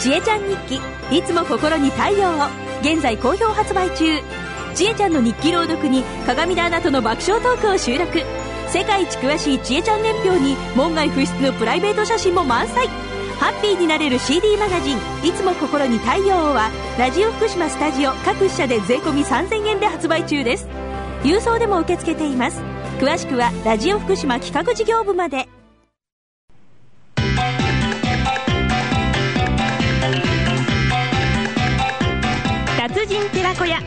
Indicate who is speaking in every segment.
Speaker 1: ちえちゃん日記いつも心に太陽を現在好評発売中ちえちゃんの日記朗読に鏡田アナとの爆笑トークを収録世界一詳しいちえちゃん年表に門外不出のプライベート写真も満載ハッピーになれる CD マガジン「いつも心に太陽を」はラジオ福島スタジオ各社で税込3000円で発売中です郵送でも受け付けています詳しくはラジオ福島企画事業部まで
Speaker 2: 達人寺子屋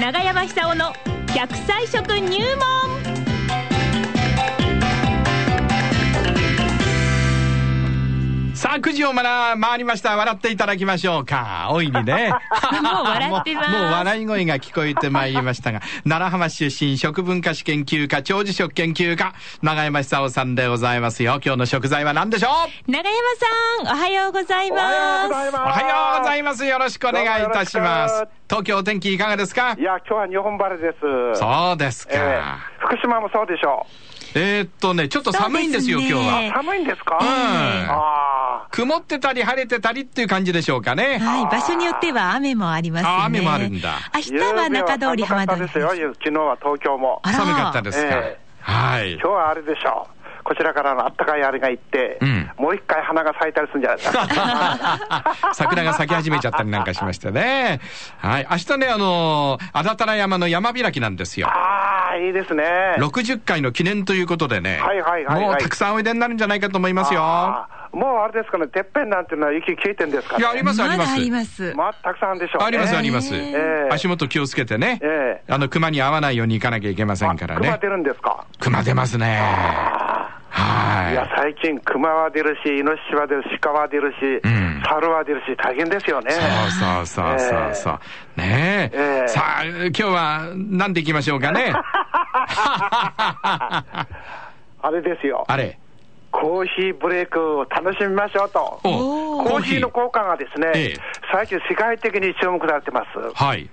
Speaker 2: 長山久夫の百歳食入門
Speaker 3: さあ、9時をまら回りました。笑っていただきましょうか。大いにね。
Speaker 2: もう笑ってます
Speaker 3: もうもう笑い声が聞こえてまいりましたが、奈良浜市出身食文化史研究家、長寿食研究家、長山久夫さんでございますよ。今日の食材は何でしょう
Speaker 2: 長山さんおはようござい
Speaker 4: おはよ
Speaker 2: ま
Speaker 4: うござい
Speaker 2: す
Speaker 4: ます。
Speaker 3: おはようございます。よろしくお願いいたしま
Speaker 4: どうもよろ
Speaker 3: す
Speaker 4: しく。
Speaker 3: 東京お天気いかがですか
Speaker 4: いや、今日は日本晴れです。
Speaker 3: そうです
Speaker 4: ええ
Speaker 3: か。
Speaker 4: 福島もそうでしょ
Speaker 3: えーっとね、ちょっと寒いんですよ、
Speaker 2: そうです
Speaker 3: 今
Speaker 2: ね
Speaker 3: 日
Speaker 2: ええ
Speaker 4: う。
Speaker 3: は。
Speaker 4: 寒いんですか、
Speaker 3: ん
Speaker 4: ああ。
Speaker 3: 曇ってたり晴れてたりっていう感じでしょうかね。
Speaker 2: はい、場所によっては雨もありますね。
Speaker 3: あ雨もあるんだ
Speaker 2: 明日は中通り
Speaker 4: 夕べは
Speaker 2: 浜通り
Speaker 4: 寒かったですよ。昨日は東京も。
Speaker 2: あら
Speaker 3: 寒かったですか
Speaker 4: ええ。
Speaker 3: はい。
Speaker 4: 今日はあれでしょう。こちらからのあったかいあれが行って、
Speaker 3: うん
Speaker 4: もう一回花が咲いたりするんじゃないですか。
Speaker 3: 桜が咲き始めちゃったりなんかしましてね。はい。明日ね、あのー、あだたら山の山開きなんですよ。
Speaker 4: ああ、いいですね。
Speaker 3: 60回の記念ということでね。
Speaker 4: はいはいはいはい
Speaker 3: もうたくさんおいでになるんじゃないかと思いますよ。
Speaker 4: あーもうあれですかね、てっぺんなんていうのは雪消えてんですか
Speaker 3: い
Speaker 4: ね。
Speaker 3: や、ありますあります。
Speaker 2: だあります。
Speaker 4: まあ、たくさんあるでしょう、ね。
Speaker 3: ありますあります。
Speaker 2: え
Speaker 4: え
Speaker 3: 足元気をつけてね。
Speaker 4: え
Speaker 3: あの、熊に合わないように行かなきゃいけませんから
Speaker 4: 熊
Speaker 3: ね
Speaker 4: 出。るんですか
Speaker 3: 熊出ますね。はい
Speaker 4: や
Speaker 3: い。、
Speaker 4: 最近、熊は出るし、イノシシは出るし、鹿は出るし、
Speaker 3: うん
Speaker 4: 猿は出るし、大変ですよね。
Speaker 3: そうそうそうそうそう。ねえ。
Speaker 4: ええ
Speaker 3: さあ、今日は何で行きましょうか ね。
Speaker 4: あれですよ、
Speaker 3: あれ。
Speaker 4: コーヒーブレイクを楽しみましょうと。
Speaker 3: お
Speaker 2: お
Speaker 4: コーヒーの効果がですね、
Speaker 3: ええ
Speaker 4: 最近世界的に注目されてます。
Speaker 3: はい。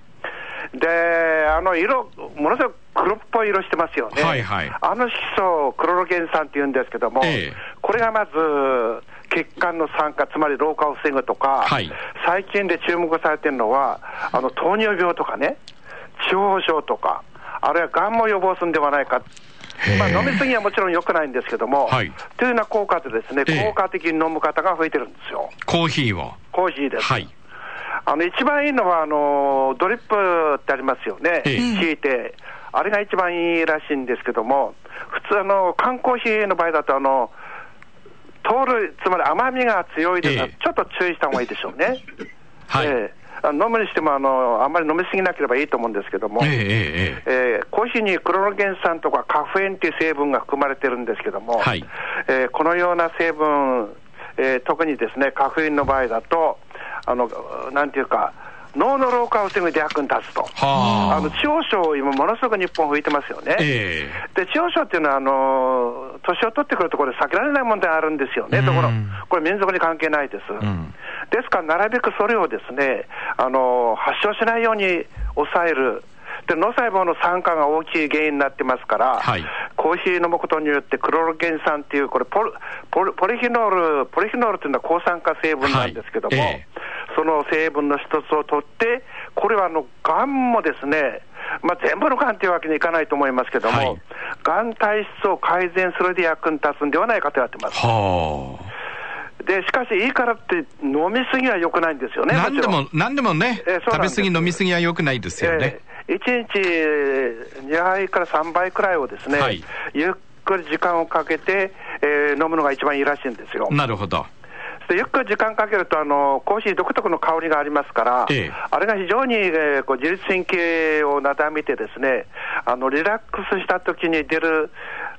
Speaker 4: で、あの色、ものすごく黒っぽい色してますよね。
Speaker 3: はいはい
Speaker 4: あの色素をクロロゲン酸って言うんですけども、
Speaker 3: ええ
Speaker 4: これがまず、血管の酸化、つまり老化を防ぐとか、
Speaker 3: はい
Speaker 4: 最近で注目されてるのは、あの糖尿病とかね、地方症とか、あるいはがんも予防するんではないか。まあ、飲みすぎはもちろん良くないんですけども、
Speaker 3: はい
Speaker 4: というような効果でですね、
Speaker 3: ええ
Speaker 4: 効果的に飲む方が増えてるんですよ。
Speaker 3: コーヒーを。
Speaker 4: コーヒーです。
Speaker 3: はい。
Speaker 4: あの一番いいのはあの、ドリップってありますよね、
Speaker 3: ええ
Speaker 4: 引いて、あれが一番いいらしいんですけども、普通あの、缶コーヒーの場合だとあの、糖類、つまり甘みが強いですから、
Speaker 3: ええ
Speaker 4: ちょっと注意した方がいいでしょうね。
Speaker 3: はい。
Speaker 4: え
Speaker 3: ええ
Speaker 4: えあの飲むにしてもあの、あんまり飲みすぎなければいいと思うんですけども、
Speaker 3: え
Speaker 4: え
Speaker 3: えええ
Speaker 4: ーコーヒーにクロロゲン酸とかカフェインっていう成分が含まれてるんですけども、
Speaker 3: はい
Speaker 4: えーこのような成分、えー特にですね、カフェインの場合だと、あの、なんていうか、脳の老化を防ぐで役に立つと。
Speaker 3: はあ。
Speaker 4: あの、地方症、今ものすごく日本吹いてますよね。
Speaker 3: え
Speaker 4: で、地方症っていうのは、あの、年を取ってくるとこれ避けられない問題があるんですよね、ところ
Speaker 3: うん。
Speaker 4: これ民族に関係ないです。
Speaker 3: ん
Speaker 4: ですから、なるべくそれをですね、あの、発症しないように抑える。で、脳細胞の酸化が大きい原因になってますから、
Speaker 3: はい
Speaker 4: コーヒー飲むことによってクロロゲン酸っていう、これポルポル、ポリフェノール、ポリフェノールっていうのは抗酸化成分なんですけども、
Speaker 3: はいええ
Speaker 4: その成分の一つを取って、これはあの、がんもですね、まあ、全部のがんというわけにいかないと思いますけど
Speaker 3: はい
Speaker 4: も、がん体質を改善するで役に立つんではないかと言われてま
Speaker 3: え
Speaker 4: す。
Speaker 3: はあ。
Speaker 4: で、しかし、いいからって飲みすぎは良くないんですよね、
Speaker 3: 何で
Speaker 4: もちろん
Speaker 3: も、何でもね
Speaker 4: ええ、
Speaker 3: 食
Speaker 4: そうなんで
Speaker 3: べ
Speaker 4: す
Speaker 3: 過ぎ飲み過ぎは良くないですよね。
Speaker 4: ええ1日2杯から3杯くらいをですね、
Speaker 3: はい
Speaker 4: ゆっくり時間をかけて、えー飲むのが一番いいらしいんですよ。
Speaker 3: なるほど。
Speaker 4: でゆっくり時間かけるとあの、コーヒー独特の香りがありますから、
Speaker 3: ええ
Speaker 4: あれが非常に、えーこう自律神経をなだめて、ですねあのリラックスした時に出る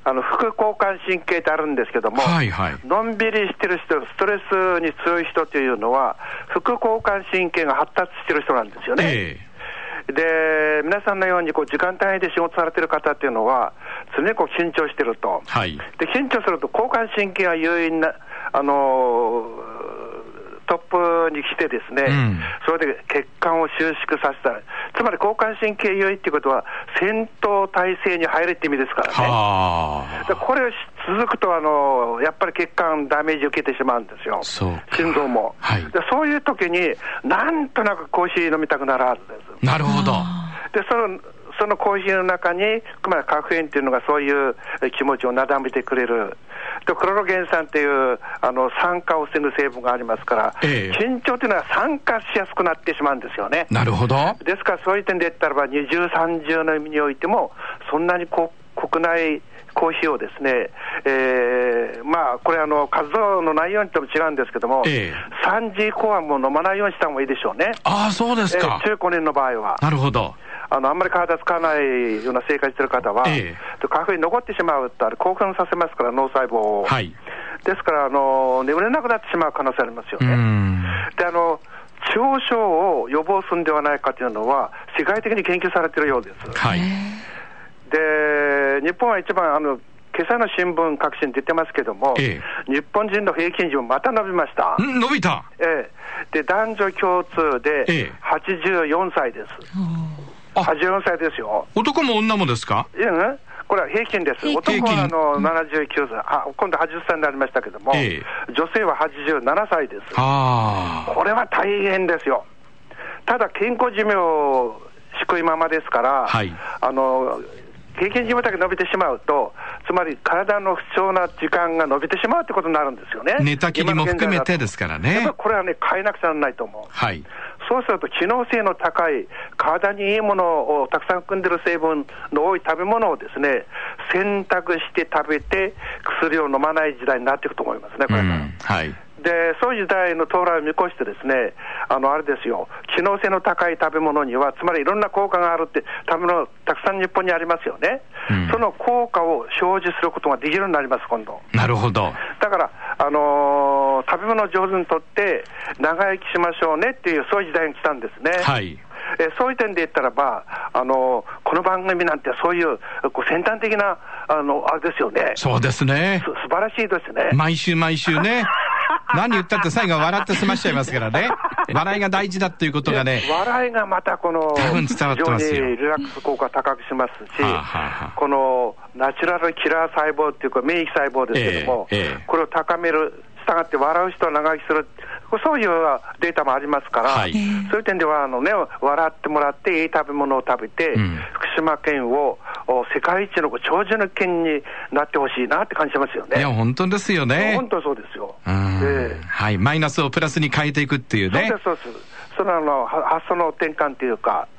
Speaker 4: あの副交感神経ってあるんですけども、
Speaker 3: はいはい。
Speaker 4: のんびりしてる人、ストレスに強い人というのは、副交感神経が発達してる人なんですよね。
Speaker 3: え
Speaker 4: で、皆さんのようにこう時間単位で仕事されてる方っていうのは、常にこう緊張してると、
Speaker 3: はい
Speaker 4: で緊張すると、交感神経が優位な、あのートップに来てですね、
Speaker 3: うん
Speaker 4: それで血管を収縮させた、つまり交感神経優位っていうことは、戦闘態勢に入るって意味ですか
Speaker 3: え
Speaker 4: らね。
Speaker 3: はあ。
Speaker 4: でこれをし続くとあの、やっぱり血管、ダメージ受けてしまうんですよ、
Speaker 3: そうか
Speaker 4: 心臓も、
Speaker 3: はい
Speaker 4: で。そういう時に、なんとなくコーヒー飲みたくなるはずです。
Speaker 3: なるほど。
Speaker 4: でそのそのコーヒーの中に、まあ、カフェインっていうのがそういうえ気持ちをなだめてくれる。で、クロロゲン酸っていう、あの、酸化を防ぐ成分がありますから、
Speaker 3: ええ
Speaker 4: 緊張っていうのは酸化しやすくなってしまうんですよね。
Speaker 3: なるほど。
Speaker 4: ですから、そういう点で言ったらば、20、30の意味においても、そんなにこ国内コーヒーをですね、えーまあ、これあの、活動の内容にとも違うんですけども、
Speaker 3: ええ
Speaker 4: 3時以降はもう飲まないようにした方がいいでしょうね。
Speaker 3: ああ、そうです
Speaker 4: え
Speaker 3: か。
Speaker 4: ー中高年の場合は。
Speaker 3: なるほど。
Speaker 4: あのあんまり体使わないような生活してる方は、
Speaker 3: ええ
Speaker 4: カフェイン残ってしまうと、あれ興奮させますから、脳細胞を。
Speaker 3: はい。
Speaker 4: ですからあの、眠れなくなってしまう可能性ありますよ
Speaker 3: うー
Speaker 4: ね。
Speaker 3: ん。
Speaker 4: であの中症を予防するんではないかというのは、世界的に研究されているようです。
Speaker 3: はい。
Speaker 4: で、日本は一番、あの今朝の新聞、各紙に出てますけども、
Speaker 3: え
Speaker 4: 日本人の平均寿命、また伸びました。
Speaker 3: ん伸びた。
Speaker 4: ええ、で男女共通
Speaker 3: ええ
Speaker 4: で84歳です。
Speaker 3: あ
Speaker 4: 84歳ですよ。
Speaker 3: 男も女もですか
Speaker 4: いやね、これは平均です。
Speaker 3: 平均
Speaker 4: 男はあの79歳、あ、今度80歳になりましたけども、
Speaker 3: ええ
Speaker 4: 女性は87歳です。
Speaker 3: ああ。
Speaker 4: これは大変ですよ。ただ健康寿命を低いままですから、
Speaker 3: はい
Speaker 4: あの、平均寿命だけ伸びてしまうと、つまり体の不調な時間が伸びてしまうってことになるんですよね。
Speaker 3: 寝たきりも含めてですすから
Speaker 4: やっぱ
Speaker 3: ね
Speaker 4: り。これはね、変えなくちゃならないと思う。
Speaker 3: はい。
Speaker 4: そうすると、機能性の高い、体にいいものをたくさん含んでる成分の多い食べ物をですね、選択して食べて、薬を飲まない時代になっていくと思いますね、こ
Speaker 3: う
Speaker 4: れから。
Speaker 3: ん。はい。
Speaker 4: で、そういう時代の到来を見越してですね、あの、あれですよ、機能性の高い食べ物には、つまりいろんな効果があるって食べ物、たくさん日本にありますよね。
Speaker 3: うん
Speaker 4: その効果を表示することができるようになります、今度。
Speaker 3: なるほど。
Speaker 4: だから、あのー食べ物を上手にとって、長生きしましょうねっていう、そういう時代が来たんですね。
Speaker 3: はい。
Speaker 4: えそういう点で言ったらば、あのーこの番組なんてそういうこう先端的な、あの、あれですよね。す
Speaker 3: そうですね。
Speaker 4: 素晴らしいですね。
Speaker 3: 毎週毎週ね。何言ったって最後は笑って済ましちゃいますからね。笑いが大事だっていうことがね。
Speaker 4: 笑いがまたこの、
Speaker 3: 多分伝わってますよ
Speaker 4: 非常にリラックス効果高くしますし、
Speaker 3: はあはあはあ
Speaker 4: このナチュラルキラー細胞っていうか、免疫細胞ですけども、
Speaker 3: ええええ
Speaker 4: これを高める、したがって笑う人は長生きする、そういうデータもありますから、
Speaker 3: はい
Speaker 4: そういう点ではあの、ね、笑ってもらって、いい食べ物を食べて、
Speaker 3: うん
Speaker 4: 福島県をお世界一のこう長寿の県になってほしいなって感じますよ
Speaker 3: いや、
Speaker 4: ね。
Speaker 3: 本当ですよね
Speaker 4: 本。当そうですよ。
Speaker 3: う
Speaker 4: え
Speaker 3: ん。
Speaker 4: え
Speaker 3: はい。マイナスをプラスに変えていくっていうね。
Speaker 4: そうです、そうです。そのあのは発想の転換というか、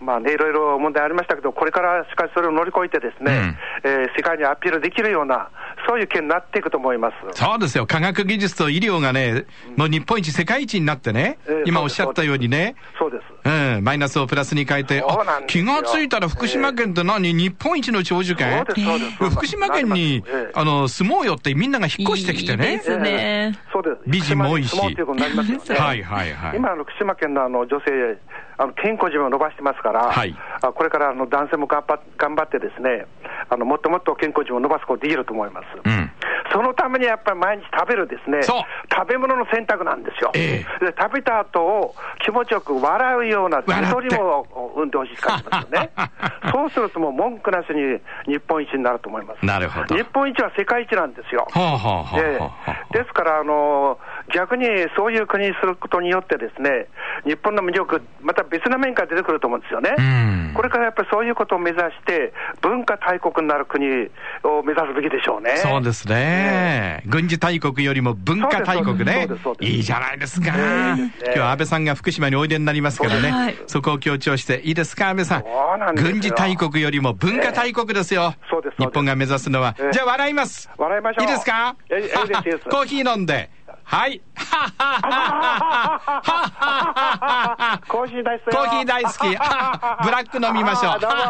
Speaker 4: まあね、いろいろ問題ありましたけど、これからしかしそれを乗り越えてですね、えー世界にアピールできるような、そういう件になっていくと思います。
Speaker 3: そうですよ。科学技術と医療がね、もう日本一世界一になってね
Speaker 4: ええ、
Speaker 3: 今
Speaker 4: そ
Speaker 3: おっ
Speaker 4: うです
Speaker 3: しゃったようにね、
Speaker 4: そうです。
Speaker 3: うん、マイナスをプラスに変えて、
Speaker 4: そうな
Speaker 3: あ
Speaker 4: んです
Speaker 3: 気
Speaker 4: よ
Speaker 3: がついたら福島県って何、日本一の長寿
Speaker 4: そう
Speaker 3: 県
Speaker 4: です、そうです。そうです
Speaker 3: 福島県に
Speaker 4: なります、
Speaker 3: あの、住もうよってみんなが引っ越してきて
Speaker 2: いい
Speaker 3: ね
Speaker 2: で。すね
Speaker 4: ええそうです。
Speaker 3: 美人も多いし
Speaker 4: 福島に住もうということになりますよね。
Speaker 3: はいはいはい。
Speaker 4: 今あの、福島県のあの女性、あの健康寿命を伸ばしてますから、
Speaker 3: はい
Speaker 4: あこれからあの男性も頑張っ頑張って、ですねあのもっともっと健康寿命を伸ばすことできると思います。
Speaker 3: うん。
Speaker 4: そのためにやっぱり毎日食べるですね、
Speaker 3: そう
Speaker 4: 食べ物の選択なんですよ、
Speaker 3: え
Speaker 4: で食べた後を気持ちよく笑うような、
Speaker 3: 笑って
Speaker 4: ゆとりを生んでほしい感じですよ ね、そうするともう文句なしに日本一になると思います。
Speaker 3: なるほど
Speaker 4: 日本一は世界一なんですよ。
Speaker 3: はあはあはあ
Speaker 4: え
Speaker 3: はあは
Speaker 4: えですから、あの逆にそういう国にすることによって、ですね日本の魅力、また別な面から出てくると思うんですよね。
Speaker 3: うん
Speaker 4: これからやっぱりそういうことを目指して、文化大国になる国を目指すべきでしょうね。
Speaker 3: あ。そうですね。軍事大国よりも文化大国ね
Speaker 4: そうですそう。ですそうです
Speaker 3: いいじゃないですか。
Speaker 4: え
Speaker 3: 今
Speaker 4: えいいですね
Speaker 3: 日は安倍さんが福島においでになりますから
Speaker 2: は
Speaker 3: ね
Speaker 2: い。
Speaker 3: そこを強調して、いいですか、安倍さん
Speaker 4: そうなん。ですよ
Speaker 3: 軍事大国よりも文化大国ですよ
Speaker 4: そうですそうで。す
Speaker 3: 日本が目指すのは
Speaker 4: え。え
Speaker 3: じゃあ笑います。
Speaker 4: 笑いましょ
Speaker 3: いい
Speaker 4: う
Speaker 3: ですか
Speaker 4: ええいいですいいです
Speaker 3: コーヒー飲んで。はい。はっはっはっ はっは
Speaker 4: コーヒー大好き
Speaker 3: コーヒー大 好き。ブラック飲みまし ょう。
Speaker 4: あーどうも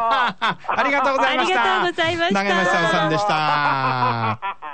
Speaker 3: ありがとうございました。
Speaker 2: ありがとうございました
Speaker 3: 長山久夫さんでした。